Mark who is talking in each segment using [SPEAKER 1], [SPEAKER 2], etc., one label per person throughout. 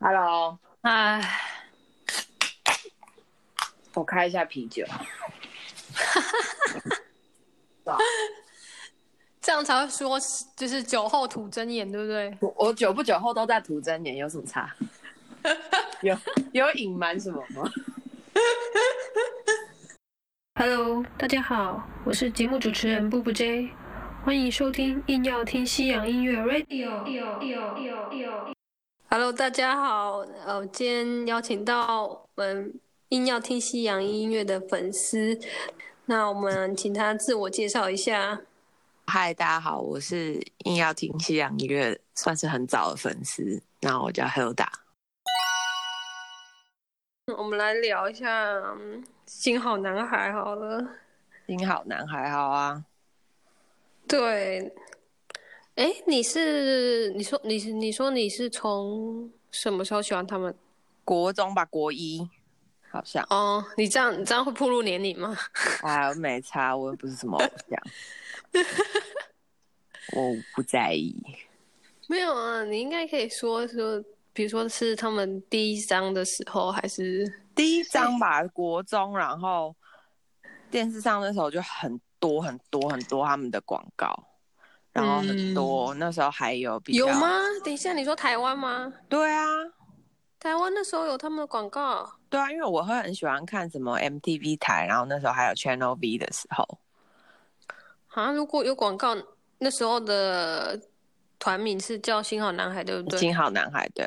[SPEAKER 1] Hello，
[SPEAKER 2] 哎，
[SPEAKER 1] 我开一下啤酒。
[SPEAKER 2] 这样才会说就是酒后吐真言，对不对？
[SPEAKER 1] 我我久不久后都在涂真脸，有什 么差？有有隐瞒什么吗？
[SPEAKER 3] Hello，大家好，我是节目主持人步步 J，欢迎收听硬要听西洋音乐 Radio。
[SPEAKER 2] Hello，大家好，呃，今天邀请到我们硬要听西洋音乐的粉丝，那我们请他自我介绍一下。
[SPEAKER 4] 嗨，大家好，我是硬要听西洋音乐，算是很早的粉丝。那我叫 Hilda，
[SPEAKER 2] 我们来聊一下嗯新好男孩好了。
[SPEAKER 4] 你好男孩好啊，
[SPEAKER 2] 对，哎，你是你说你是你说你是从什么时候喜欢他们？
[SPEAKER 4] 国中吧，国一好像
[SPEAKER 2] 哦，你这样你这样会暴露年龄吗？
[SPEAKER 4] 啊，没差，我又不是什么偶 像，我不在意。
[SPEAKER 2] 没有啊，你应该可以说说，比如说是他们第一章的时候，还是
[SPEAKER 4] 第一张吧，国中，然后电视上那时候就很多很多很多他们的广告，然后很多、那时候还有比较
[SPEAKER 2] 嗯有吗？等一下，你说台湾吗？
[SPEAKER 4] 对啊，
[SPEAKER 2] 台湾那时候有他们的广告，
[SPEAKER 4] 对啊，因为我会很喜欢看什么 MTV 台，然后那时候还有 Channel V 的时候，
[SPEAKER 2] 啊，如果有广告，那时候的团名是叫“新好男孩”，对不对？
[SPEAKER 4] 新好男孩对，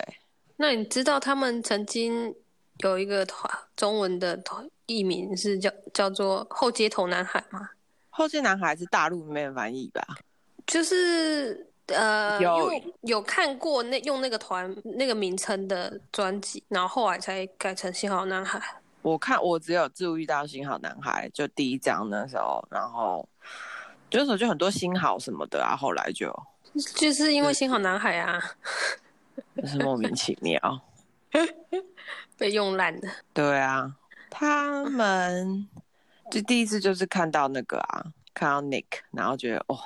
[SPEAKER 2] 那你知道他们曾经有一个团中文的团艺名是叫叫做“后街头男孩”吗？
[SPEAKER 4] 后街男孩是大陆里面的翻译吧？
[SPEAKER 2] 就是呃，
[SPEAKER 4] 有
[SPEAKER 2] 因为我有看过那用那个团那个名称的专辑，然后后来才改成《幸好男孩》。
[SPEAKER 4] 我看我只有注意到新好男孩，就第一张那时候，然后就那时候就很多新好什么的啊，后来就
[SPEAKER 2] 就是因为《幸好男孩》啊，
[SPEAKER 4] 就是莫名其妙。
[SPEAKER 2] 被用烂的。
[SPEAKER 4] 对啊，他们就第一次就是看到那个啊，看到 Nick，然后觉得哦，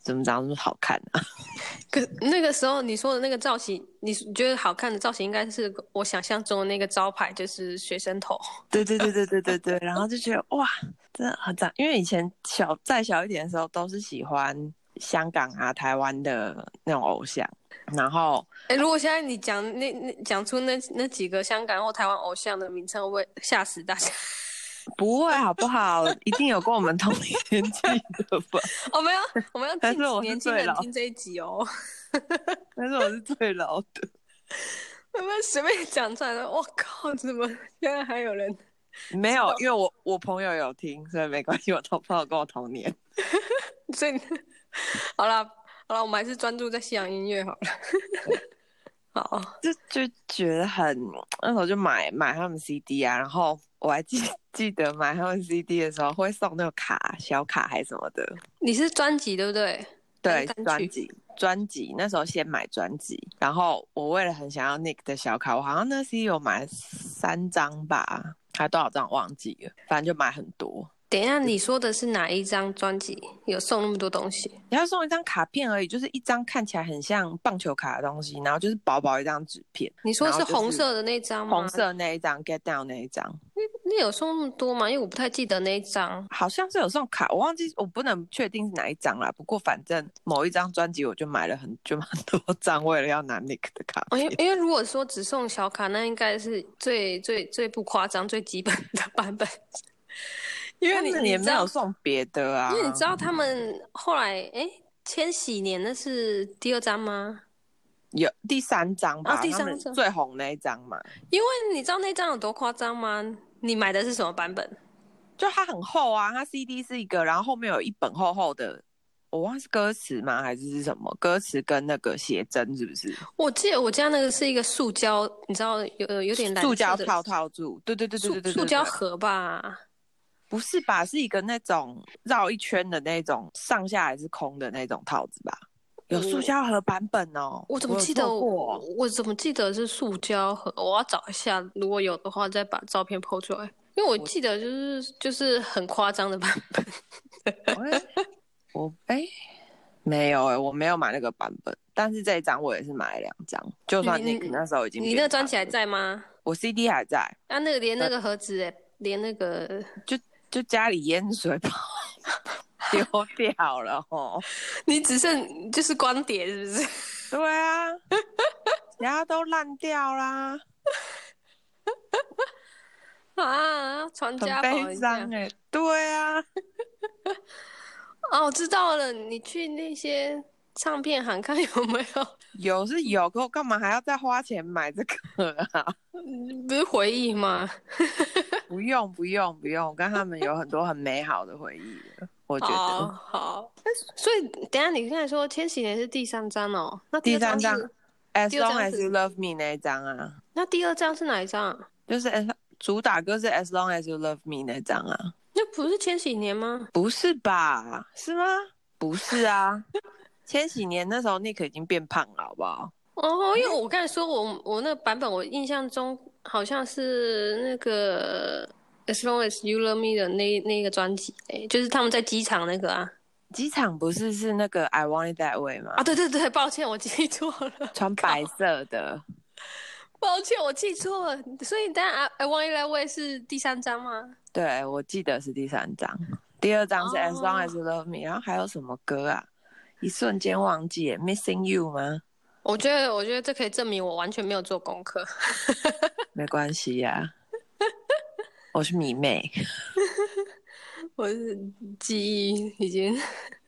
[SPEAKER 4] 怎么长得这么好看啊？
[SPEAKER 2] 可那个时候你说的那个造型，你你觉得好看的造型，应该是我想象中的那个招牌，就是学生头。
[SPEAKER 4] 对对对对对对对，然后就觉得哇，真的很赞，因为以前小再小一点的时候都是喜欢香港啊、台湾的那种偶像，然后
[SPEAKER 2] 哎，如果现在你讲那那讲出那那几个香港或台湾偶像的名称，会不会吓死大家？
[SPEAKER 4] 不会好不好？一定有跟我们同年纪的吧？
[SPEAKER 2] 我们要哦我们要
[SPEAKER 4] 但
[SPEAKER 2] 禁
[SPEAKER 4] 是我
[SPEAKER 2] 止
[SPEAKER 4] 是
[SPEAKER 2] 年轻
[SPEAKER 4] 最
[SPEAKER 2] 人
[SPEAKER 4] 老
[SPEAKER 2] 听这一集哦。
[SPEAKER 4] 但是我是最老的，
[SPEAKER 2] 我们随便讲出来 了，我靠，怎么现在还有人？
[SPEAKER 4] 没有，因为我我朋友有听，所以没关系，我同朋友跟我同年。
[SPEAKER 2] 所以，好了好了，我们还是专注在西洋音乐好了。 好，
[SPEAKER 4] 就就觉得很那时候就买买他们 CD 啊，然后我还记 记得买他们 CD 的时候会送那个卡小卡还是什么的，
[SPEAKER 2] 你是专辑对不对？
[SPEAKER 4] 对
[SPEAKER 2] 单曲
[SPEAKER 4] 专辑专辑那时候先买专辑，然后我为了很想要 Nick 的小卡，我好像那 CD 有买三张吧，还多少张忘记了，反正就买很多。
[SPEAKER 2] 等一下，你说的是哪一张专辑？有送那么多东西？
[SPEAKER 4] 你要送一张卡片而已，就是一张看起来很像棒球卡的东西，然后就是薄薄一张纸片，
[SPEAKER 2] 你说的
[SPEAKER 4] 然后就是
[SPEAKER 2] 红色的那张吗？
[SPEAKER 4] 红色那一张 Get Down 那一张。
[SPEAKER 2] 那有送那么多吗？因为我不太记得那一张。
[SPEAKER 4] 好像是有送卡，我忘记，我不能确定是哪一张啦。不过反正某一张专辑我就买了很就蛮多张，为了要拿 Nick 的卡
[SPEAKER 2] 哦，因
[SPEAKER 4] 片
[SPEAKER 2] 为。因为如果说只送小卡，那应该是最最最不夸张、最基本的版本。 因为
[SPEAKER 4] 但
[SPEAKER 2] 你
[SPEAKER 4] 是你也
[SPEAKER 2] 知
[SPEAKER 4] 没
[SPEAKER 2] 道
[SPEAKER 4] 有送别的啊
[SPEAKER 2] 因，为你知道他们后来，哎，千禧年那是第二张吗？
[SPEAKER 4] 有第三张吧，
[SPEAKER 2] 哦第三张
[SPEAKER 4] 他们最红那一张嘛，
[SPEAKER 2] 因为你知道那张有多夸张吗？你买的是什么版本？
[SPEAKER 4] 就它很厚啊，它 CD 是一个，然后后面有一本厚厚的，我忘记是歌词吗还是是什么？歌词跟那个写真是不是？
[SPEAKER 2] 我记得我家那个是一个塑胶，你知道有有有点蓝色
[SPEAKER 4] 塑胶
[SPEAKER 2] 的
[SPEAKER 4] 套套住，对对对对对对
[SPEAKER 2] 塑
[SPEAKER 4] 对，
[SPEAKER 2] 塑胶
[SPEAKER 4] 对
[SPEAKER 2] 盒吧？
[SPEAKER 4] 不是吧？是一个那种绕一圈的那种，上下还是空的那种套子吧？有塑胶盒版本哦。
[SPEAKER 2] 我怎么记得
[SPEAKER 4] 有做
[SPEAKER 2] 我
[SPEAKER 4] 过？
[SPEAKER 2] 我怎么记得是塑胶盒？我要找一下，如果有的话再把照片 PO 出来。因为我记得就是就是很夸张的版本，
[SPEAKER 4] 我哎、我哎没有哎、我没有买那个版本。但是这一张我也是买了两张，就算
[SPEAKER 2] 你
[SPEAKER 4] Nick 那时候已经
[SPEAKER 2] 你
[SPEAKER 4] 变
[SPEAKER 2] 那个
[SPEAKER 4] 大
[SPEAKER 2] 专辑还
[SPEAKER 4] 了，
[SPEAKER 2] 在吗？
[SPEAKER 4] 我 CD 还在，
[SPEAKER 2] 啊，那个
[SPEAKER 4] 呃
[SPEAKER 2] 连那个盒子哎、连那个
[SPEAKER 4] 就家里淹水泡 丢掉了哦。
[SPEAKER 2] 你只剩就是光碟是不是？
[SPEAKER 4] 对啊，人家都烂掉啦，
[SPEAKER 2] 啊，传
[SPEAKER 4] 很
[SPEAKER 2] 家宝
[SPEAKER 4] 悲
[SPEAKER 2] 一
[SPEAKER 4] 伤
[SPEAKER 2] 样
[SPEAKER 4] 哎、对啊，
[SPEAKER 2] 哦，我知道了，你去那些唱片行看有没有，
[SPEAKER 4] 有是有，可我干嘛还要再花钱买这个啊？
[SPEAKER 2] 不是回忆吗？
[SPEAKER 4] 不用不用不用，我跟他们有很多很美好的回忆的，我觉
[SPEAKER 2] 好
[SPEAKER 4] 得。
[SPEAKER 2] 好，哎所以等一下你刚才说《千禧年》是第三张哦，那第
[SPEAKER 4] 第
[SPEAKER 2] 二
[SPEAKER 4] 三张
[SPEAKER 2] 是
[SPEAKER 4] ，As
[SPEAKER 2] 第二
[SPEAKER 4] long
[SPEAKER 2] 张
[SPEAKER 4] as
[SPEAKER 2] 是
[SPEAKER 4] you love me 那一张啊，
[SPEAKER 2] 那第二张是哪一张啊？
[SPEAKER 4] 就是 as, 主打歌是 As long as you love me 那张啊，
[SPEAKER 2] 那不是千禧年吗？
[SPEAKER 4] 不是吧？是吗？不是啊，千禧年那时候 Nick 已经变胖了，好不好？
[SPEAKER 2] 哦，因为我刚才说我我那个版本，我印象中好像是那个《As Long As You Love Me》的那那个专辑，哎，就是他们在机场那个啊。
[SPEAKER 4] 机场不是是那个 I want it that way 吗？
[SPEAKER 2] 啊，对对对，抱歉，我记错了，
[SPEAKER 4] 穿白色的，
[SPEAKER 2] 抱歉，我记错了。所以，当然，I I Want You That Way 是第三张吗？
[SPEAKER 4] 对我记得是第三张，第二张是
[SPEAKER 2] 哦
[SPEAKER 4] As long as you love me，、然后还有什么歌啊？一瞬间忘记了，Missing you 吗？
[SPEAKER 2] 我觉得，我觉得这可以证明我完全没有做功课。
[SPEAKER 4] 没关系呀、我是迷妹，
[SPEAKER 2] 我是记忆已经，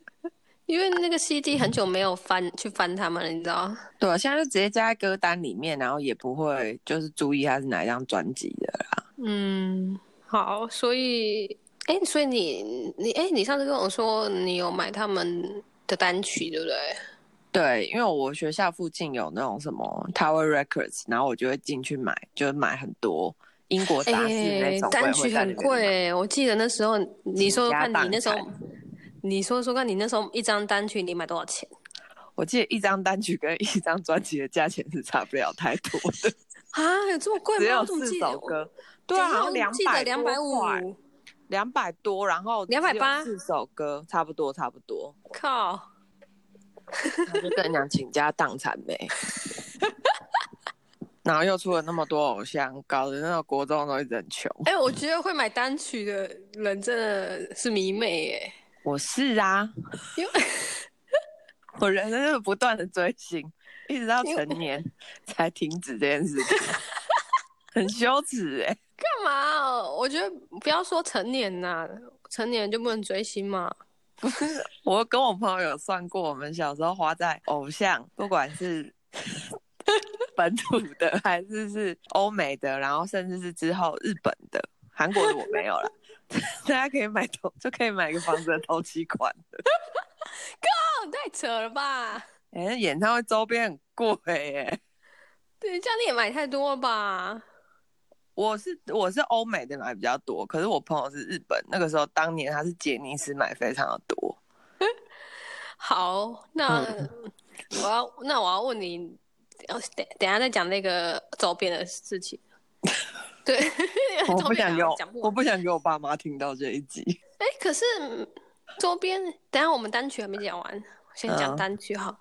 [SPEAKER 2] 因为那个 CD 很久没有翻去翻它们了，你知道？
[SPEAKER 4] 对，现在就直接加在歌单里面，然后也不会就是注意它是哪一张专辑的啦。
[SPEAKER 2] 嗯，好，所以，哎，所以你你哎，你上次跟我说你有买他们的单曲，对不对？
[SPEAKER 4] 对，因为我学校附近有那种什么 Tower Records，然后我就会进去买，就买很多英国杂志那
[SPEAKER 2] 哎，
[SPEAKER 4] 种，我
[SPEAKER 2] 单
[SPEAKER 4] 也会
[SPEAKER 2] 曲
[SPEAKER 4] 在
[SPEAKER 2] 很
[SPEAKER 4] 里面买
[SPEAKER 2] 贵欸，我记得那时候你说说看你那时候
[SPEAKER 4] 倾家荡，
[SPEAKER 2] 你说说看你那时候一张单曲你买多少钱？
[SPEAKER 4] 我记得一张单曲跟一张专辑的价钱是差不了太多的，
[SPEAKER 2] 啊，有这么贵吗？
[SPEAKER 4] 只有
[SPEAKER 2] 我怎么
[SPEAKER 4] 四
[SPEAKER 2] 记
[SPEAKER 4] 首
[SPEAKER 2] 得？
[SPEAKER 4] 歌。对
[SPEAKER 2] 对
[SPEAKER 4] 啊，
[SPEAKER 2] 啊，
[SPEAKER 4] 好
[SPEAKER 2] 我
[SPEAKER 4] 像两
[SPEAKER 2] 记
[SPEAKER 4] 百
[SPEAKER 2] 得两百五，
[SPEAKER 4] 两百多，然后
[SPEAKER 2] 280
[SPEAKER 4] 四首歌，差不多差不 多。
[SPEAKER 2] 靠！
[SPEAKER 4] 我就跟你讲，倾家荡产呗。 然后又出了那么多偶像，搞得那个国中都一直很穷。
[SPEAKER 2] 哎、我觉得会买单曲的人真的是迷妹哎，
[SPEAKER 4] 我是啊，
[SPEAKER 2] 因为
[SPEAKER 4] 我人生就是不断的追星，一直到成年才停止这件事情， 很羞耻哎、
[SPEAKER 2] 干嘛哦？我觉得不要说成年呐、成年人就不能追星嘛。
[SPEAKER 4] 我跟我朋友有算过，我们小时候花在偶像，不管 是本土的还是是欧美的，然后甚至是之后日本的、韩国的我没有了， 大家可以买头就可以买个房子的头期款的。
[SPEAKER 2] 哦，太扯了吧！
[SPEAKER 4] 哎、那演唱会周边很贵耶、
[SPEAKER 2] 对，这样你也买太多了吧？
[SPEAKER 4] 我是我是欧美的买比较多，可是我朋友是日本，那个时候当年他是杰尼斯买非常的多。
[SPEAKER 2] 好，那、
[SPEAKER 4] 嗯
[SPEAKER 2] 我要那我要问你，哦等等一下再讲那个周边的事 情。对，
[SPEAKER 4] 我不
[SPEAKER 2] 周边
[SPEAKER 4] 想给
[SPEAKER 2] 讲
[SPEAKER 4] 我
[SPEAKER 2] 啊讲不
[SPEAKER 4] 我
[SPEAKER 2] 完。
[SPEAKER 4] 不想给我爸妈听到这一集。
[SPEAKER 2] 哎、可是嗯周边，等一下我们单曲还没讲完，我先
[SPEAKER 4] 嗯
[SPEAKER 2] 讲单曲好了。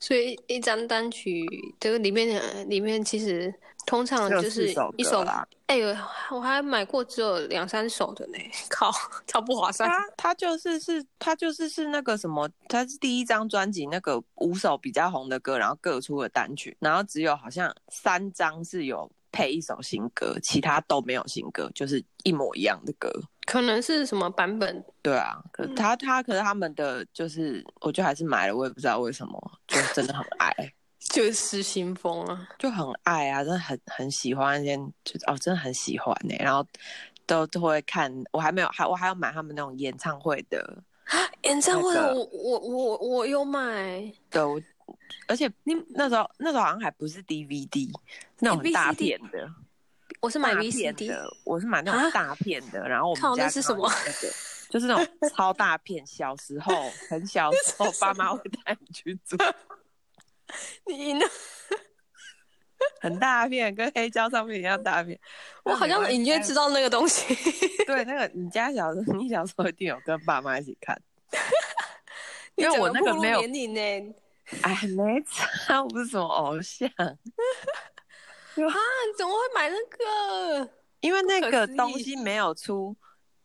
[SPEAKER 2] 所以一张单曲，这个里面呃里面其实通常
[SPEAKER 4] 只有
[SPEAKER 2] 嗯就
[SPEAKER 4] 四
[SPEAKER 2] 是
[SPEAKER 4] 首
[SPEAKER 2] 一
[SPEAKER 4] 歌
[SPEAKER 2] 首
[SPEAKER 4] 啦，
[SPEAKER 2] 哎、呦，我还买过只有两三首的呢，靠，超不划算。
[SPEAKER 4] 他他就是是，他就是是那个什么，他是第一张专辑那个五首比较红的歌，然后各出了单曲，然后只有好像三张是有配一首新歌，其他都没有新歌，就是一模一样的歌。
[SPEAKER 2] 可能是什么版本？
[SPEAKER 4] 对啊，可是他他可是他们的就是，我就还是买了，我也不知道为什么，就真的很爱，
[SPEAKER 2] 就是失心疯啊！
[SPEAKER 4] 就很爱啊，真的很很喜欢那些，就是哦，真的很喜欢呢、然后都都会看，我还没有还我还要买他们那种演唱会的，
[SPEAKER 2] 演唱会
[SPEAKER 4] 那个
[SPEAKER 2] 我我我我有买
[SPEAKER 4] 对，我而且你那时候那时候好像还不是 DVD 那种
[SPEAKER 2] VCD
[SPEAKER 4] 大片的，
[SPEAKER 2] 我是买
[SPEAKER 4] 大片
[SPEAKER 2] VCD，
[SPEAKER 4] 的，我是买那种
[SPEAKER 2] 啊
[SPEAKER 4] 大片的，然后我们
[SPEAKER 2] 靠
[SPEAKER 4] 家
[SPEAKER 2] 那是
[SPEAKER 4] 刚好
[SPEAKER 2] 什么
[SPEAKER 4] 有那个就是那种超大片，小时候很小时候，爸妈会带你去做
[SPEAKER 2] 你赢了，
[SPEAKER 4] 很大片，跟黑胶上面一样大 片。
[SPEAKER 2] 我好像隐约知道那个东西。
[SPEAKER 4] 对那个你家小时候，你小时候一定有跟爸妈一起看，因为
[SPEAKER 2] 你整
[SPEAKER 4] 我那个
[SPEAKER 2] 暴露
[SPEAKER 4] 没有
[SPEAKER 2] 年龄呢，
[SPEAKER 4] 哎，没差， 我不是什么偶像，
[SPEAKER 2] 你怎么会买那个？
[SPEAKER 4] 因为那
[SPEAKER 2] 不可
[SPEAKER 4] 个
[SPEAKER 2] 思
[SPEAKER 4] 东
[SPEAKER 2] 议
[SPEAKER 4] 西没有出，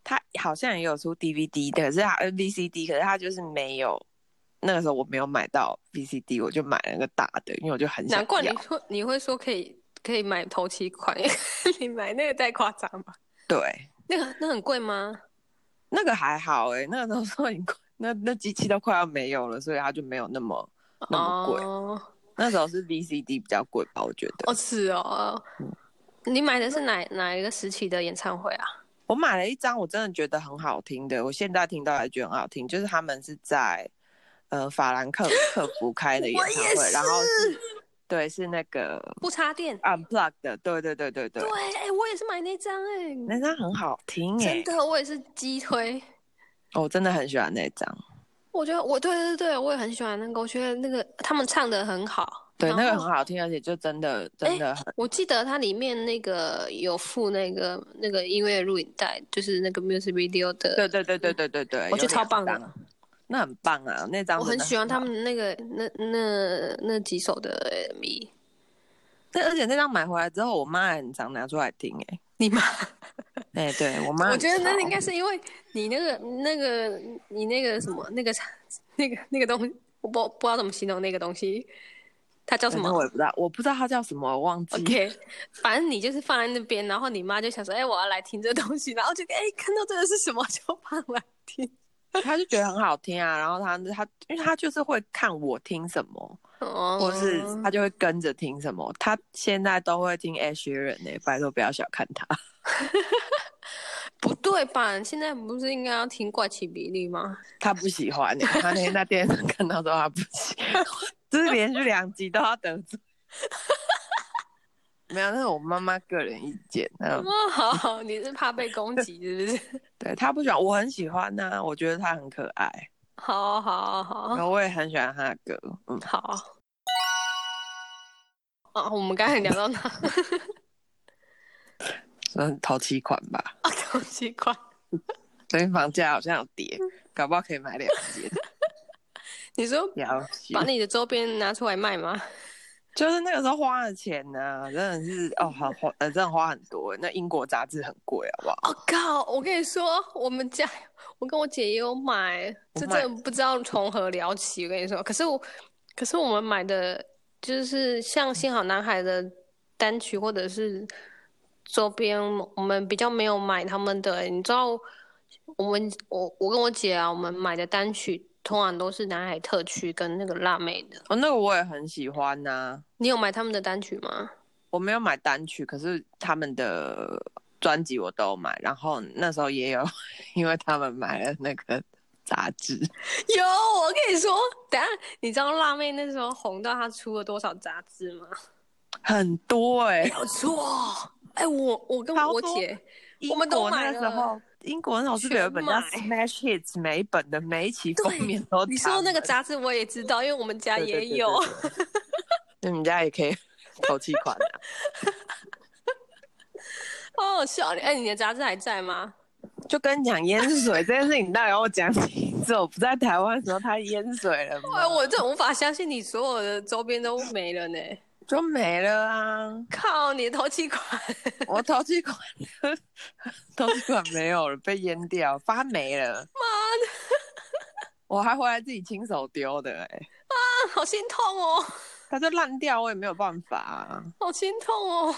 [SPEAKER 4] 它好像也有出 DVD，可是它呃 VCD，可是它就是没有。那个时候我没有买到 VCD，我就买了个大的，因为我就很想
[SPEAKER 2] 难怪你
[SPEAKER 4] 要
[SPEAKER 2] 会你会说可以可以买头期款， 你买那个太夸张吧？
[SPEAKER 4] 对
[SPEAKER 2] 那个那很贵吗？
[SPEAKER 4] 那个还好哎、那个时候已经快那那机器都快要没有了，所以它就没有那么那么贵。
[SPEAKER 2] 哦
[SPEAKER 4] 那时候是 VCD 比较贵吧，我觉得。
[SPEAKER 2] 哦是哦，
[SPEAKER 4] 嗯
[SPEAKER 2] 你买的是哪哪一个时期的演唱会啊？
[SPEAKER 4] 我买了一张，我真的觉得很好听的，我现在听到还觉得很好听，就是他们是在呃法兰 克克福开的演唱会，然后是对是那个
[SPEAKER 2] 不插电。
[SPEAKER 4] Unplug 的，对对对对对，
[SPEAKER 2] 对，哎、我也是买那张哎、
[SPEAKER 4] 那张很好听哎、
[SPEAKER 2] 真的，我也是鸡推。
[SPEAKER 4] 我真的很喜欢那张，
[SPEAKER 2] 我觉得我对对对，我也很喜欢那个，我觉得那个他们唱的很好。
[SPEAKER 4] 对
[SPEAKER 2] 然
[SPEAKER 4] 那个
[SPEAKER 2] 后
[SPEAKER 4] 很好听，而且就真的真的很、
[SPEAKER 2] 我记得它里面那个有附那个那个音乐录影带，就是那个 music video 的。
[SPEAKER 4] 对对对对对对对，
[SPEAKER 2] 我觉得
[SPEAKER 4] 有两
[SPEAKER 2] 超棒的
[SPEAKER 4] 张，那很棒啊，那张
[SPEAKER 2] 我
[SPEAKER 4] 真
[SPEAKER 2] 很
[SPEAKER 4] 的
[SPEAKER 2] 喜欢他
[SPEAKER 4] 好，
[SPEAKER 2] 们那个那那那几首的 MV。
[SPEAKER 4] 那而且那张买回来之后，我妈还很常拿出来听哎、
[SPEAKER 2] 你妈，
[SPEAKER 4] 哎、对我妈，
[SPEAKER 2] 我觉得那应该。是因为你那个那个你那个什么那个 那个那个东西，我不不知道怎么形容那个东西，它叫什么
[SPEAKER 4] 那？我也不知道，我不知道它叫什么，我忘记了。
[SPEAKER 2] OK，反正你就是放在那边，然后你妈就想说，哎、我要来听这东西，然后就哎、看到这个是什么就放来听。
[SPEAKER 4] 他就觉得很好听啊，然后他他，因为他就是会看我听什么，
[SPEAKER 2] 哦
[SPEAKER 4] 或是他就会跟着听什么。他现在都会听 Ed Sheeran 呢、拜托不要小看他。
[SPEAKER 2] 不对吧？现在不是应该要听怪奇比例吗？
[SPEAKER 4] 他不喜欢呢、他那天在电视上看到说他不喜欢，就是连续两集都要得罪。没有，那是我妈妈个人意见。嗯，
[SPEAKER 2] 哦，好好，你是怕被攻击是不是？
[SPEAKER 4] 对他不喜欢，我很喜欢呐、我觉得他很可爱，
[SPEAKER 2] 好好
[SPEAKER 4] 然
[SPEAKER 2] 好
[SPEAKER 4] 后我也很喜欢他的歌。嗯，
[SPEAKER 2] 好。啊，我们刚才聊到哪？
[SPEAKER 4] 算头七款吧。
[SPEAKER 2] 啊，好奇怪，
[SPEAKER 4] 最近房价好像有跌，搞不好可以买两间。
[SPEAKER 2] 你说
[SPEAKER 4] 了
[SPEAKER 2] 把
[SPEAKER 4] 解，
[SPEAKER 2] 你的周边拿出来卖吗？
[SPEAKER 4] 就是那个时候花的钱呢、真的是哦，好花，呃，真的花很多。那英国杂志很贵，好不好？
[SPEAKER 2] 我、哦靠！我跟你说，我们家我跟我姐也有买，
[SPEAKER 4] 我
[SPEAKER 2] 这
[SPEAKER 4] 买
[SPEAKER 2] 真的不知道从何聊起。我跟你说，可是我，可是我们买的就是像《幸好男孩》的单曲或者是周边，我们比较没有买他们的、欸你知道，我们我我跟我姐啊，我们买的单曲通常都是南海特区跟那个辣妹的。
[SPEAKER 4] 哦，那个我也很喜欢呐、
[SPEAKER 2] 你有买他们的单曲吗？
[SPEAKER 4] 我没有买单曲，可是他们的专辑我都有买。然后那时候也有，因为他们买了那个杂志，
[SPEAKER 2] 有，我跟你说，等一下你知道辣妹那时候红到她出了多少杂志吗？
[SPEAKER 4] 很多哎、
[SPEAKER 2] 没有错，哎、我我跟
[SPEAKER 4] 超
[SPEAKER 2] 我
[SPEAKER 4] 多
[SPEAKER 2] 姐，我们都买
[SPEAKER 4] 英国那时候
[SPEAKER 2] 了。，
[SPEAKER 4] 英国那时候是不是有一本叫《
[SPEAKER 2] 全
[SPEAKER 4] Smash Hits》，每一本的每一期封面都
[SPEAKER 2] 你说那个
[SPEAKER 4] 杂。
[SPEAKER 2] 杂志我也知道，因为我们家
[SPEAKER 4] 对
[SPEAKER 2] 也有。。
[SPEAKER 4] 对对对对 那你们家也可以投气款啊？
[SPEAKER 2] 哦，好笑！哎、你的杂志还在吗？
[SPEAKER 4] 就跟你讲淹水这件事情，你到底要我讲清楚？我不在台湾的时候，它淹水了
[SPEAKER 2] 哎，
[SPEAKER 4] 吗？
[SPEAKER 2] 我这无法相信你所有的周边都没了呢！
[SPEAKER 4] 就没了啊！
[SPEAKER 2] 靠，你的头期款
[SPEAKER 4] 我投气款，投气款没有了，被淹掉，发霉了。妈的！我还回来自己亲手丢的、欸，哎，
[SPEAKER 2] 好心痛哦，
[SPEAKER 4] 它就烂掉，我也没有办法、啊，
[SPEAKER 2] 好心痛哦。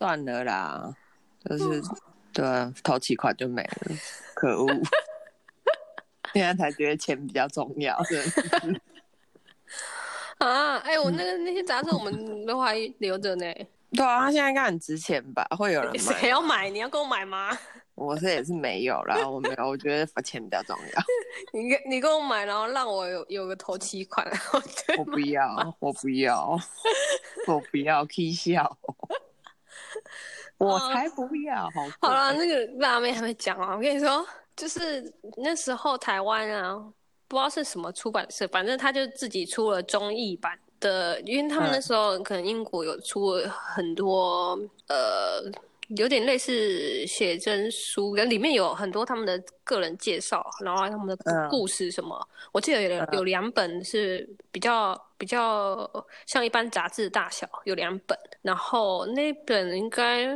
[SPEAKER 4] 算了啦，就是对啊，投气款就没了，可 恶！现在才觉得钱比较重要，真的是
[SPEAKER 2] 啊，哎、我那个那些杂志我们都还留着呢，
[SPEAKER 4] 对啊，它现在应该很值钱吧？会有人
[SPEAKER 2] 谁
[SPEAKER 4] 买？
[SPEAKER 2] 要买？你要跟我买吗？
[SPEAKER 4] 我是也是没有啦，我没有，我觉得钱比较重 要。
[SPEAKER 2] 你跟你跟我买，然后让我有有个头期 款，然后对
[SPEAKER 4] 我不要，我不要，我不要 K 笑，我才不要！好贵，
[SPEAKER 2] 哦好了，那个辣妹还没讲啊，我跟你说，就是那时候台湾啊，不知道是什么出版社，反正他就自己出了中译版的，因为他们
[SPEAKER 4] 嗯
[SPEAKER 2] 那时候可能英国有出了很多呃有点类似写真书，里面有很多他们的个人介绍，然后他们的故
[SPEAKER 4] 嗯
[SPEAKER 2] 故事什么。我记得有有两本是比较比较像一般杂志大小，有两本，然后那本应该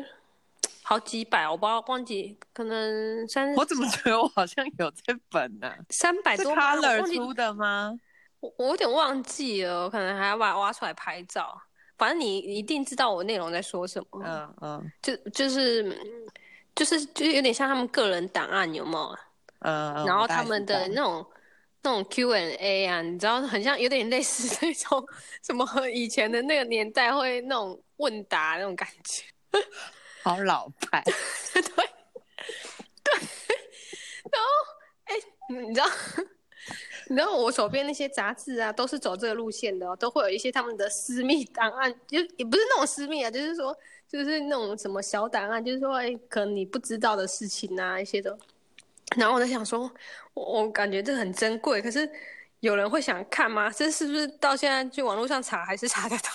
[SPEAKER 2] 好几百，我不知道忘记，可能三
[SPEAKER 4] 我怎么觉得我好像有这本呢、
[SPEAKER 2] 三百
[SPEAKER 4] 是
[SPEAKER 2] 多吧，我
[SPEAKER 4] Color
[SPEAKER 2] 忘记
[SPEAKER 4] 出的吗？
[SPEAKER 2] 我我有点忘记了，我可能还要把它挖出来拍照。反正你一定知道我内容在说什么，
[SPEAKER 4] 嗯嗯
[SPEAKER 2] 就就是嗯就是就是有点像他们个人档案，有没有？
[SPEAKER 4] 嗯，嗯
[SPEAKER 2] 然后
[SPEAKER 4] 我大概
[SPEAKER 2] 他们的
[SPEAKER 4] 知道
[SPEAKER 2] 那种那种 Q&A 啊，你知道，很像有点类似那种 什么以前的那个年代会那种问答那种感觉，
[SPEAKER 4] 好老派，
[SPEAKER 2] 对对。然后，哎、你知道，你知道我手边那些杂志啊，都是走这个路线的、哦，都会有一些他们的私密档案，就也不是那种私密啊，就是说，就是那种什么小档案，就是说，哎、可能你不知道的事情啊，一些的。然后我在想说，我我感觉这很珍贵，可是有人会想看吗？这是不是到现在去网络上查还是查 得到？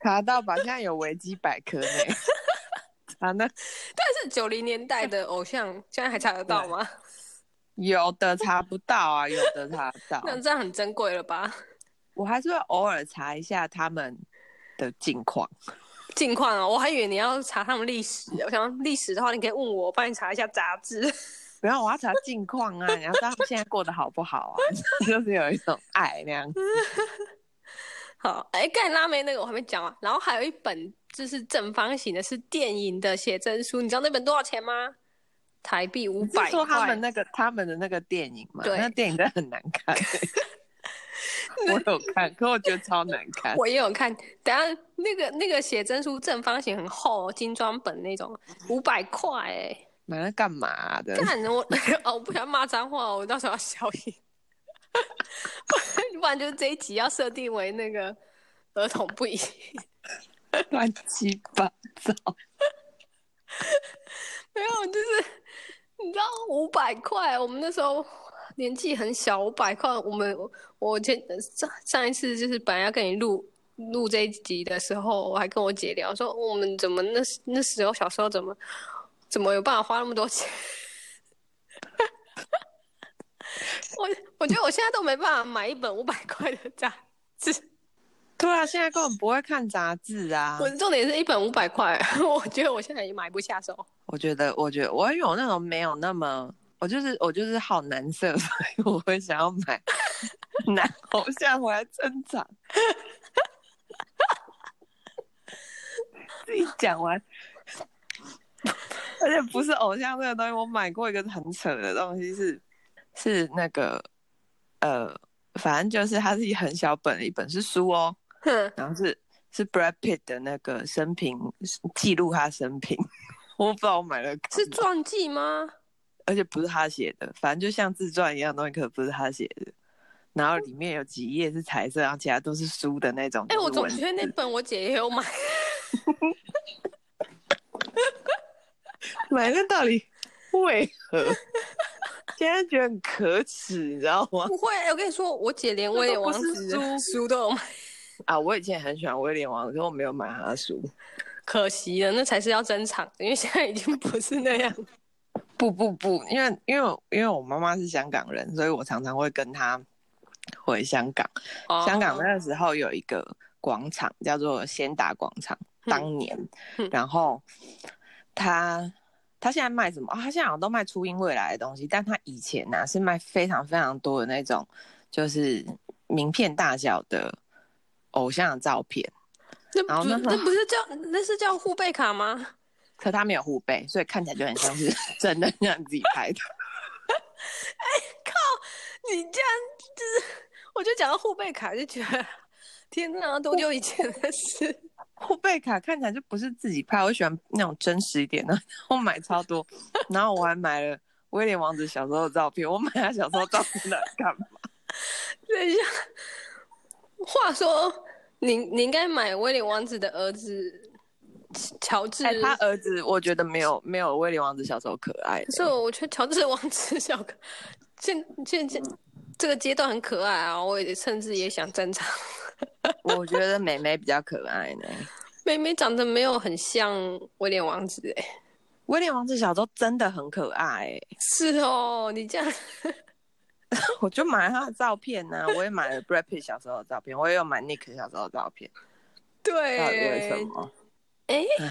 [SPEAKER 4] 查到吧？现在有维基百科呢。查那
[SPEAKER 2] 但是九零年代的偶像现在还查得到吗？
[SPEAKER 4] 有的查不到啊，有的查得到。
[SPEAKER 2] 那这样很珍贵了吧？
[SPEAKER 4] 我还是会偶尔查一下他们的近况。
[SPEAKER 2] 近况啊，我还以为你要查他们历史，我想历史的话，你可以问我，我帮你查一下杂志。
[SPEAKER 4] 不要，我要查近况啊！你要知道他们现在过得好不好啊？ 就是有一种爱那样子。
[SPEAKER 2] 好，哎、盖拉梅那个我还没讲完，然后还有一本就是正方形的，是电影的写真书，你知道那本多少钱吗？台币五
[SPEAKER 4] 你
[SPEAKER 2] 百
[SPEAKER 4] 是说他
[SPEAKER 2] 块
[SPEAKER 4] 们。那个他们的那个电影嘛？
[SPEAKER 2] 对
[SPEAKER 4] 那电影真的很难 看、我有 看，可我觉得超难看。
[SPEAKER 2] 我也有看，等一下那个那个写真书正方形很厚、哦，精装本那种，五百块哎！
[SPEAKER 4] 买那干嘛的？
[SPEAKER 2] 看我 哦，我不想骂脏话哦，我到时候要消音。 不然就是这一集要设定为那个儿童不宜。
[SPEAKER 4] 乱七八糟。
[SPEAKER 2] 没有，就是你知道五百块，我们那时候年纪很小，五百块，我们我前上上一次就是本来要跟你录录这一集的时候，我还跟我姐聊说，我们怎么那时那时候小时候怎么怎么有办法花那么多钱？ 我我觉得我现在都没办法买一本五百块的杂志，
[SPEAKER 4] 对啊，现在根本不会看杂志啊。
[SPEAKER 2] 我重点是一本五百块， 我觉得我现在也买不下手。
[SPEAKER 4] 我觉得，我觉得我有那种没有那么，我就是我就是好男色， 所以我会想要买男偶像回来珍藏。自己讲完，而且不是偶像这个东西，我买过一个很扯的东西是，是那个呃，反正就是它是一很小本的一本是书哦，
[SPEAKER 2] 哼，
[SPEAKER 4] 然后是是 Brad Pitt 的那个生平记录他生平， 我不知道我买了干嘛
[SPEAKER 2] 是传记吗？
[SPEAKER 4] 而且不是他写的，反正就像自传一样的东西，可不是他写的。然后里面有几页是彩色，然后其他都是书的那种。
[SPEAKER 2] 哎、我
[SPEAKER 4] 就是
[SPEAKER 2] 总
[SPEAKER 4] 文字
[SPEAKER 2] 觉得那本我姐也有买，
[SPEAKER 4] 买那到底为何？现在觉得很可耻，你知道吗？
[SPEAKER 2] 不会、我跟你说，我姐连威廉王子
[SPEAKER 4] 那都
[SPEAKER 2] 的
[SPEAKER 4] 不
[SPEAKER 2] 书都有买，
[SPEAKER 4] 啊，我以前很喜欢威廉王，可是我没有买他的书。
[SPEAKER 2] 可惜了，那才是要珍藏，因为现在已经不是那样。
[SPEAKER 4] 不不不，因为因为因为我妈妈是香港人，所以我常常会跟她回香港。
[SPEAKER 2] 哦
[SPEAKER 4] 香港那个时候有一个广场叫做先达广场，
[SPEAKER 2] 嗯
[SPEAKER 4] 当年，
[SPEAKER 2] 嗯
[SPEAKER 4] 然后他他现在卖什么？啊、他现在好像都卖初音未来的东西，但他以前呢、是卖非常非常多的那种，就是名片大小的偶像的照片，然
[SPEAKER 2] 那
[SPEAKER 4] 后
[SPEAKER 2] 不
[SPEAKER 4] 那
[SPEAKER 2] 是
[SPEAKER 4] 时候
[SPEAKER 2] 那不是叫那是叫护贝卡吗？
[SPEAKER 4] 可他没有护背，所以看起来就很像是真的让自己拍的。
[SPEAKER 2] 你这样就是，我就讲到护贝卡就觉得，天哪，多久以前的事？
[SPEAKER 4] 护贝卡看起来就不是自己拍，我喜欢那种真实一点的， 我买超多，然后我还买了威廉王子小时候的照片，我买他小时候照片来干嘛？
[SPEAKER 2] 等一下，话说你你应该买威廉王子的儿子乔治。
[SPEAKER 4] 哎、他儿子我觉得没有没有威廉王子小时候可爱
[SPEAKER 2] 可，是我觉得乔治王子小哥现现现这个阶段很可爱啊，我也甚至也想珍藏。
[SPEAKER 4] 我觉得美美比较可爱呢。
[SPEAKER 2] 妹妹长得没有很像威廉王子哎、
[SPEAKER 4] 威廉王子小时候真的很可爱、欸，
[SPEAKER 2] 是哦，你这样
[SPEAKER 4] 我就买了他的照片呢、我也买了 Brad Pitt 小时候的照片，我也有买 Nick 小时候的照片，
[SPEAKER 2] 对
[SPEAKER 4] 到底为什
[SPEAKER 2] 欸
[SPEAKER 4] 么？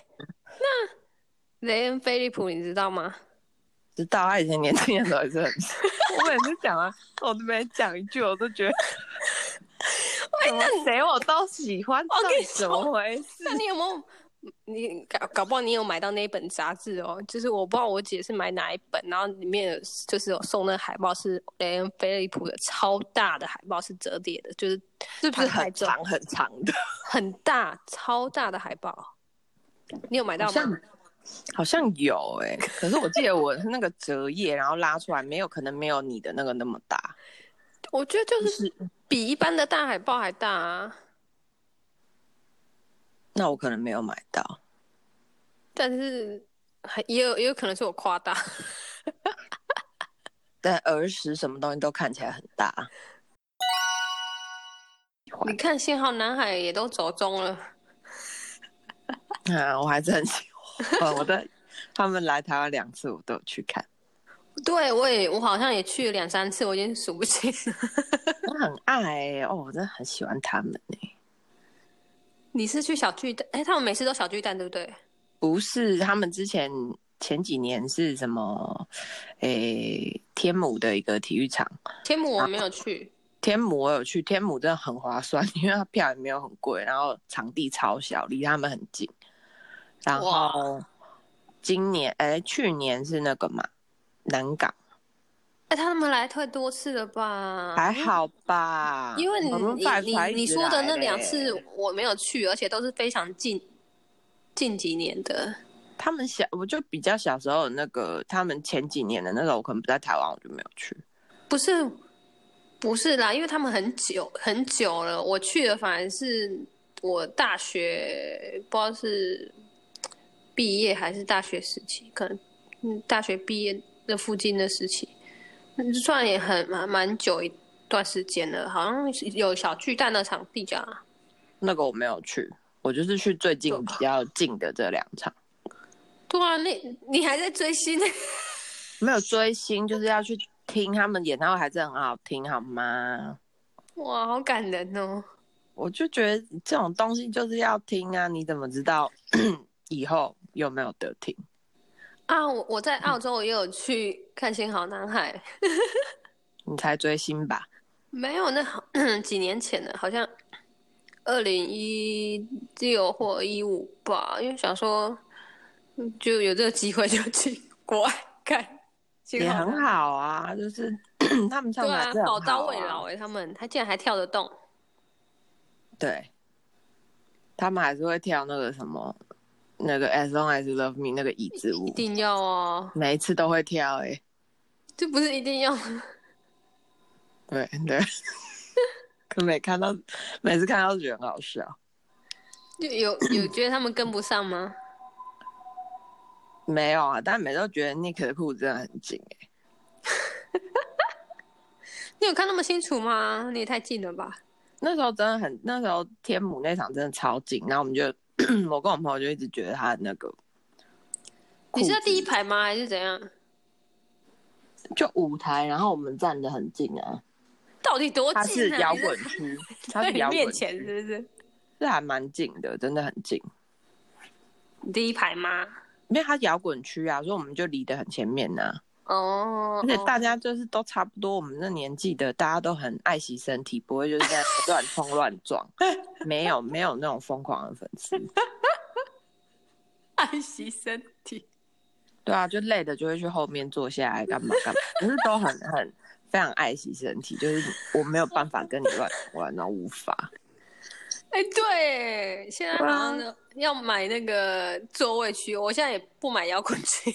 [SPEAKER 2] 雷恩·菲利普，你知道吗？
[SPEAKER 4] 知道他以前年轻的时候也是很， 我每次讲啊，我都没讲一句，我都 觉得怎么谁我都喜欢，
[SPEAKER 2] 我
[SPEAKER 4] 到
[SPEAKER 2] 跟你
[SPEAKER 4] 底怎么回事？
[SPEAKER 2] 那你有没有？你搞搞不好你有买到那一本杂志哦，就是我不知道我姐是买哪一本，然后里面有就是有送那海报是雷恩·菲利普的超大的海报，是折叠的，就是
[SPEAKER 4] 是不是很
[SPEAKER 2] 唐太宗
[SPEAKER 4] 长很长的？
[SPEAKER 2] 很大超大的海报。你有买到
[SPEAKER 4] 好像
[SPEAKER 2] 吗？
[SPEAKER 4] 好像有哎、可是我记得我是那个折页，然后拉出来，没有可能没有你的那个那么大。
[SPEAKER 2] 我觉得就是比一般的大海报还大啊，
[SPEAKER 4] 那我可能没有买到，
[SPEAKER 2] 但是还也有也有可能是我夸大。
[SPEAKER 4] 但儿时什么东西都看起来很大。
[SPEAKER 2] 你看，幸好男孩也都走中了。
[SPEAKER 4] 啊，我还是很喜欢。我的他们来台湾两次，我都有去看，
[SPEAKER 2] 对，我也我好像也去了两三次，我已经数不清了。
[SPEAKER 4] 我很爱欸、哦，我真的很喜欢他们欸呢、
[SPEAKER 2] 你是去小巨蛋？哎，他们每次都小巨蛋，对不对？
[SPEAKER 4] 不是他们之前前几年是什么？诶、天母的一个体育场，
[SPEAKER 2] 天母我没有去，
[SPEAKER 4] 天母我有去，天母真的很划算， 因为它票也没有很贵，然后场地超小，离他们很近。然后
[SPEAKER 2] 哦
[SPEAKER 4] 今年诶、去年是那个嘛南港，
[SPEAKER 2] 哎，他们来太多次了吧？
[SPEAKER 4] 还好吧？
[SPEAKER 2] 嗯因为你
[SPEAKER 4] 我们
[SPEAKER 2] 你
[SPEAKER 4] 拜拜
[SPEAKER 2] 你
[SPEAKER 4] 一
[SPEAKER 2] 你
[SPEAKER 4] 直
[SPEAKER 2] 说的
[SPEAKER 4] 来
[SPEAKER 2] 那
[SPEAKER 4] 嘞
[SPEAKER 2] 两次我没有去，而且都是非常近近几年的。
[SPEAKER 4] 他们小，我就比较小时候有那个，他们前几年的那种，我可能不在台湾，我就没有去。
[SPEAKER 2] 不是，不是啦，因为他们很久很久了，我去的反而是我大学不知道是毕业还是大学时期，可能嗯大学毕业的附近的时期，嗯算也很蛮蛮久一段时间了，好像是有小巨蛋的场地啊。
[SPEAKER 4] 那个我没有去，我就是去最近比较近的这两场，
[SPEAKER 2] 对啊，那你还在追星？
[SPEAKER 4] 没有追星，就是要去听他们演唱会，还是很好听，好吗？
[SPEAKER 2] 哇，好感人哦！
[SPEAKER 4] 我就觉得这种东西就是要听啊，你怎么知道 以后有没有得听？
[SPEAKER 2] 啊，我我在澳洲也有去看《新好男孩》。
[SPEAKER 4] 你才追星吧？
[SPEAKER 2] 没有，那好 几年前了，好像二零一六或一五吧，因为想说嗯就有这个机会就 去国外看，
[SPEAKER 4] 也很
[SPEAKER 2] 好，
[SPEAKER 4] 好啊，就是 他们唱
[SPEAKER 2] 对
[SPEAKER 4] 的
[SPEAKER 2] 啊
[SPEAKER 4] 还是，很好、
[SPEAKER 2] 宝
[SPEAKER 4] 啊。
[SPEAKER 2] 刀未老哎、他们他竟然还跳得动，
[SPEAKER 4] 对，他们还是会跳那个什么，那个 As Long As You Love Me 那个椅子
[SPEAKER 2] 一
[SPEAKER 4] 舞，
[SPEAKER 2] 定要哦，
[SPEAKER 4] 每一次都会跳哎、
[SPEAKER 2] 这不是一定要，
[SPEAKER 4] 对对，可 每看到每次看到都觉得很好笑。
[SPEAKER 2] 就有有觉得他们跟不上吗？
[SPEAKER 4] 没有啊，但每次都觉得 Nick 的裤子真的很紧哎、
[SPEAKER 2] 你有看那么清楚吗？你也太近了吧！
[SPEAKER 4] 那时候真的很，那时候天母那场真的超紧，然后我们就 我跟我朋友就一直觉得他那个
[SPEAKER 2] 你是在
[SPEAKER 4] 裤子
[SPEAKER 2] 第一排吗？还是怎样？
[SPEAKER 4] 就舞台，然后我们站得很近啊。
[SPEAKER 2] 到底多
[SPEAKER 4] 他是
[SPEAKER 2] 近啊？
[SPEAKER 4] 摇
[SPEAKER 2] 你
[SPEAKER 4] 滚
[SPEAKER 2] 在
[SPEAKER 4] 区，他
[SPEAKER 2] 在
[SPEAKER 4] 是
[SPEAKER 2] 你
[SPEAKER 4] 摇滚
[SPEAKER 2] 面前
[SPEAKER 4] 区，
[SPEAKER 2] 是不是？
[SPEAKER 4] 是还蛮近的，真的很近。
[SPEAKER 2] 你第一排吗？
[SPEAKER 4] 因为它摇滚区啊，所以我们就离得很前面啊呐、
[SPEAKER 2] 哦，
[SPEAKER 4] 而且
[SPEAKER 2] 哦
[SPEAKER 4] 大家就是都差不多，我们那年纪的，大家都很爱惜身体，不会就是在乱冲乱撞，没有没有那种疯狂的粉丝。
[SPEAKER 2] 爱惜身体。
[SPEAKER 4] 对啊，就累的就会去后面坐下来干嘛干嘛，可是都很很非常爱惜身体，就是我没有办法跟你乱冲乱撞，无法。
[SPEAKER 2] 哎、对，现在好
[SPEAKER 4] 啊
[SPEAKER 2] 像要买那个座位区，我现在也不买摇滚区。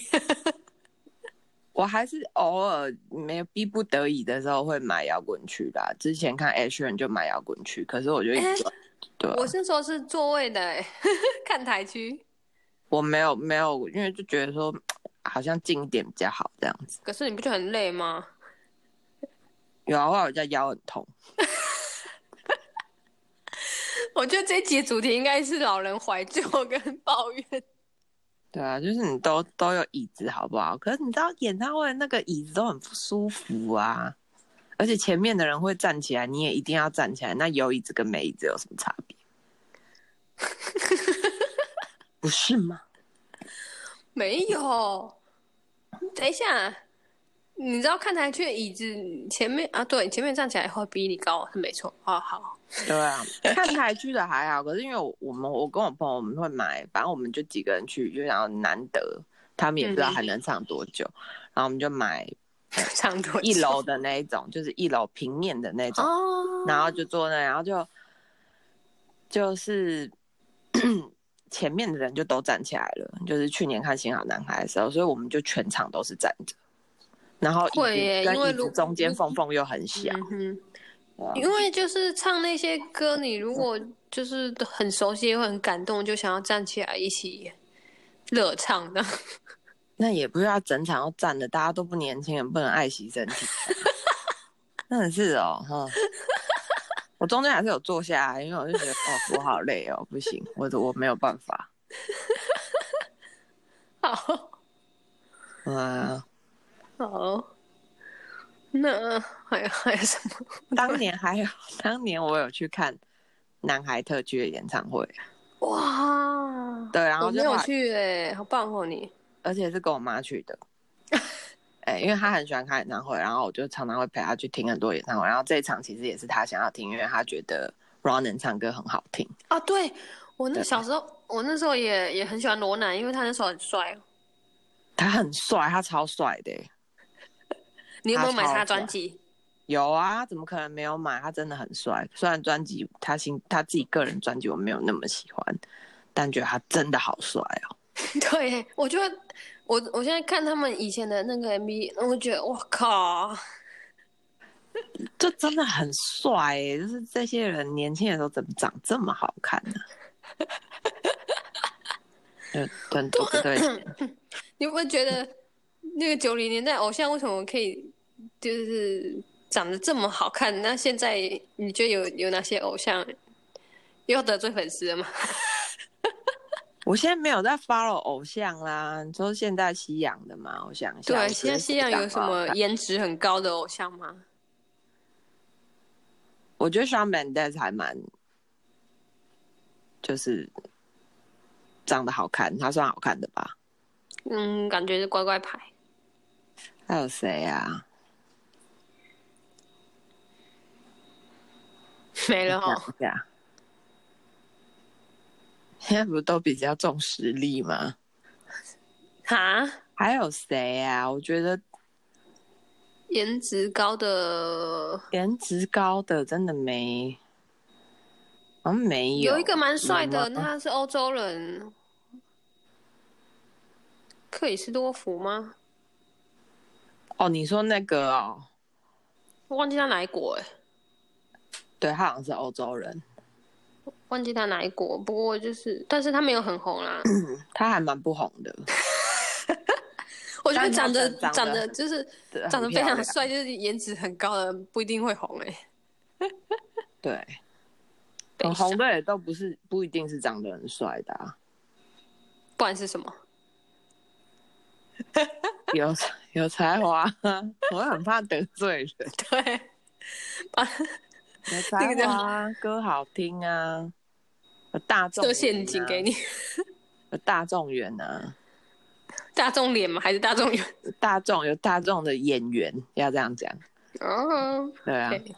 [SPEAKER 4] 我还是偶尔没有逼不得已的时候会买摇滚区啦。之前看 H 人就买摇滚区，可是我就一直对啊、
[SPEAKER 2] 我是说，是座位的、哎 看台区。
[SPEAKER 4] 我没有没有，因为就觉得说好像近一点比较好这样子。
[SPEAKER 2] 可是你不觉得很累吗？
[SPEAKER 4] 有啊，我有叫腰很痛，
[SPEAKER 2] 我觉得这一集的主题应该是老人怀旧跟抱怨。
[SPEAKER 4] 对啊，就是你都都有椅子好不好？可是你知道演唱会那个椅子都很不舒服啊，而且前面的人会站起来，你也一定要站起来。那有椅子跟没椅子有什么差别？不是吗？
[SPEAKER 2] 没有，等一下，你知道看台区的椅子前面啊？对，前面站起来会比你高，是没错。哦，好，
[SPEAKER 4] 对啊，看台区的还好，可是因为我我们我跟我朋友我们会买，反正我们就几个人去，就想要难得，他们也不知道还能唱多久，然后我们就买
[SPEAKER 2] 差不多
[SPEAKER 4] 一楼的那一种，就是一楼平面的那种，
[SPEAKER 2] 哦，
[SPEAKER 4] 然后就坐那，然后就就是 前面的人就都站起来了，就是去年看《新好男孩》的时候，所以我们就全场都是站着，然后椅
[SPEAKER 2] 会耶
[SPEAKER 4] 子跟
[SPEAKER 2] 因为
[SPEAKER 4] 椅
[SPEAKER 2] 如
[SPEAKER 4] 子中间缝缝又很小，
[SPEAKER 2] 嗯哼
[SPEAKER 4] 对啊
[SPEAKER 2] 因为就是唱那些歌，你如果就是很熟悉，会很感动，就想要站起来一起热唱的。
[SPEAKER 4] 那也不是要整场要站的，大家都不年轻人，不能爱惜身体， 真的是哦，哈。我中间还是有坐下来，因为我就觉得哦，我好累哦，不行，我我没有办法，
[SPEAKER 2] 好，
[SPEAKER 4] 嗯，
[SPEAKER 2] 好，那还还有什么？
[SPEAKER 4] 当年还有， 当年我有去看男孩特区的演唱会，
[SPEAKER 2] 哇，
[SPEAKER 4] 对，然
[SPEAKER 2] 我
[SPEAKER 4] 后
[SPEAKER 2] 没
[SPEAKER 4] 就后
[SPEAKER 2] 有
[SPEAKER 4] 来
[SPEAKER 2] 去哎、好棒哦你！
[SPEAKER 4] 而且是跟我妈去的。 哎、因为她很喜欢看演唱会，然后我就常常会陪她去听很多演唱会。然后这一场其实也是她想要听，因为她觉得 Ronan 唱歌很好听。
[SPEAKER 2] 啊，对我那
[SPEAKER 4] 对
[SPEAKER 2] 小时候，我那时候也也很喜欢罗南，因为他那时候很帅哦。
[SPEAKER 4] 他很帅，他超帅的欸耶。
[SPEAKER 2] 你有没有买
[SPEAKER 4] 他超
[SPEAKER 2] 他的专
[SPEAKER 4] 帅
[SPEAKER 2] 辑？
[SPEAKER 4] 有啊，怎么可能没有买？他真的很帅。虽然专辑他新他自己个人专辑我没有那么喜欢，但觉得他真的好帅哦。
[SPEAKER 2] 对，我觉得我我现在看他们以前的那个 MV，我觉得我靠，
[SPEAKER 4] 就真的很帅耶！就是这些人年轻的时候怎么长这么好看呢、嗯，很多不对劲。
[SPEAKER 2] 你有没有觉得那个九零年代偶像为什么可以就是长得这么好看？那现在你觉得有有哪些偶像又得罪粉丝了吗？
[SPEAKER 4] 我现在没有在 follow 偶像啦，你说现在西洋的嘛，我想一 下。
[SPEAKER 2] 对，
[SPEAKER 4] 我觉
[SPEAKER 2] 现
[SPEAKER 4] 得
[SPEAKER 2] 在西洋有什
[SPEAKER 4] 谁长得好
[SPEAKER 2] 么
[SPEAKER 4] 看？
[SPEAKER 2] 颜值很高的偶像吗？
[SPEAKER 4] 我觉得 Shawn Mendes 还蛮，就是长得好看，他算好看的吧？
[SPEAKER 2] 嗯，感觉是乖乖牌。
[SPEAKER 4] 还有谁啊？
[SPEAKER 2] 没了
[SPEAKER 4] 我想
[SPEAKER 2] 哦，
[SPEAKER 4] 一下。现在不都比较重实力吗？
[SPEAKER 2] 哈，
[SPEAKER 4] 还有谁啊？我觉得
[SPEAKER 2] 颜值高的
[SPEAKER 4] 颜值高的真的没，好像没有。
[SPEAKER 2] 一个蛮帅的，
[SPEAKER 4] 有
[SPEAKER 2] 那
[SPEAKER 4] 吗
[SPEAKER 2] 他是欧洲人，克里斯多福吗？
[SPEAKER 4] 哦，你说那个哦，
[SPEAKER 2] 我忘记他哪一国哎、
[SPEAKER 4] 对他好像是欧洲人，
[SPEAKER 2] 忘记他哪一国。不过就是，但是他没有很红啦。
[SPEAKER 4] 嗯他还蛮不红的，
[SPEAKER 2] 我觉得
[SPEAKER 4] 但他
[SPEAKER 2] 长得
[SPEAKER 4] 长得
[SPEAKER 2] 长得就是
[SPEAKER 4] 对
[SPEAKER 2] 长得非
[SPEAKER 4] 很漂
[SPEAKER 2] 常
[SPEAKER 4] 亮
[SPEAKER 2] 帅，就是颜值很高的不一定会红哎、
[SPEAKER 4] 对，
[SPEAKER 2] 悲
[SPEAKER 4] 很
[SPEAKER 2] 伤
[SPEAKER 4] 红的也都不是不一定是长得很帅的、啊，
[SPEAKER 2] 不然是什么？
[SPEAKER 4] 有有才华啊、我很怕得罪人，
[SPEAKER 2] 对，把
[SPEAKER 4] 有
[SPEAKER 2] 那
[SPEAKER 4] 才
[SPEAKER 2] 个叫
[SPEAKER 4] 华啊、歌好听啊，有大众、啊
[SPEAKER 2] 设陷阱给，你，
[SPEAKER 4] 有大众缘啊，
[SPEAKER 2] 大众脸吗？还是大众脸？
[SPEAKER 4] 有大众有大众的演员，要这样讲，
[SPEAKER 2] 哦，
[SPEAKER 4] 对啊，
[SPEAKER 2] 对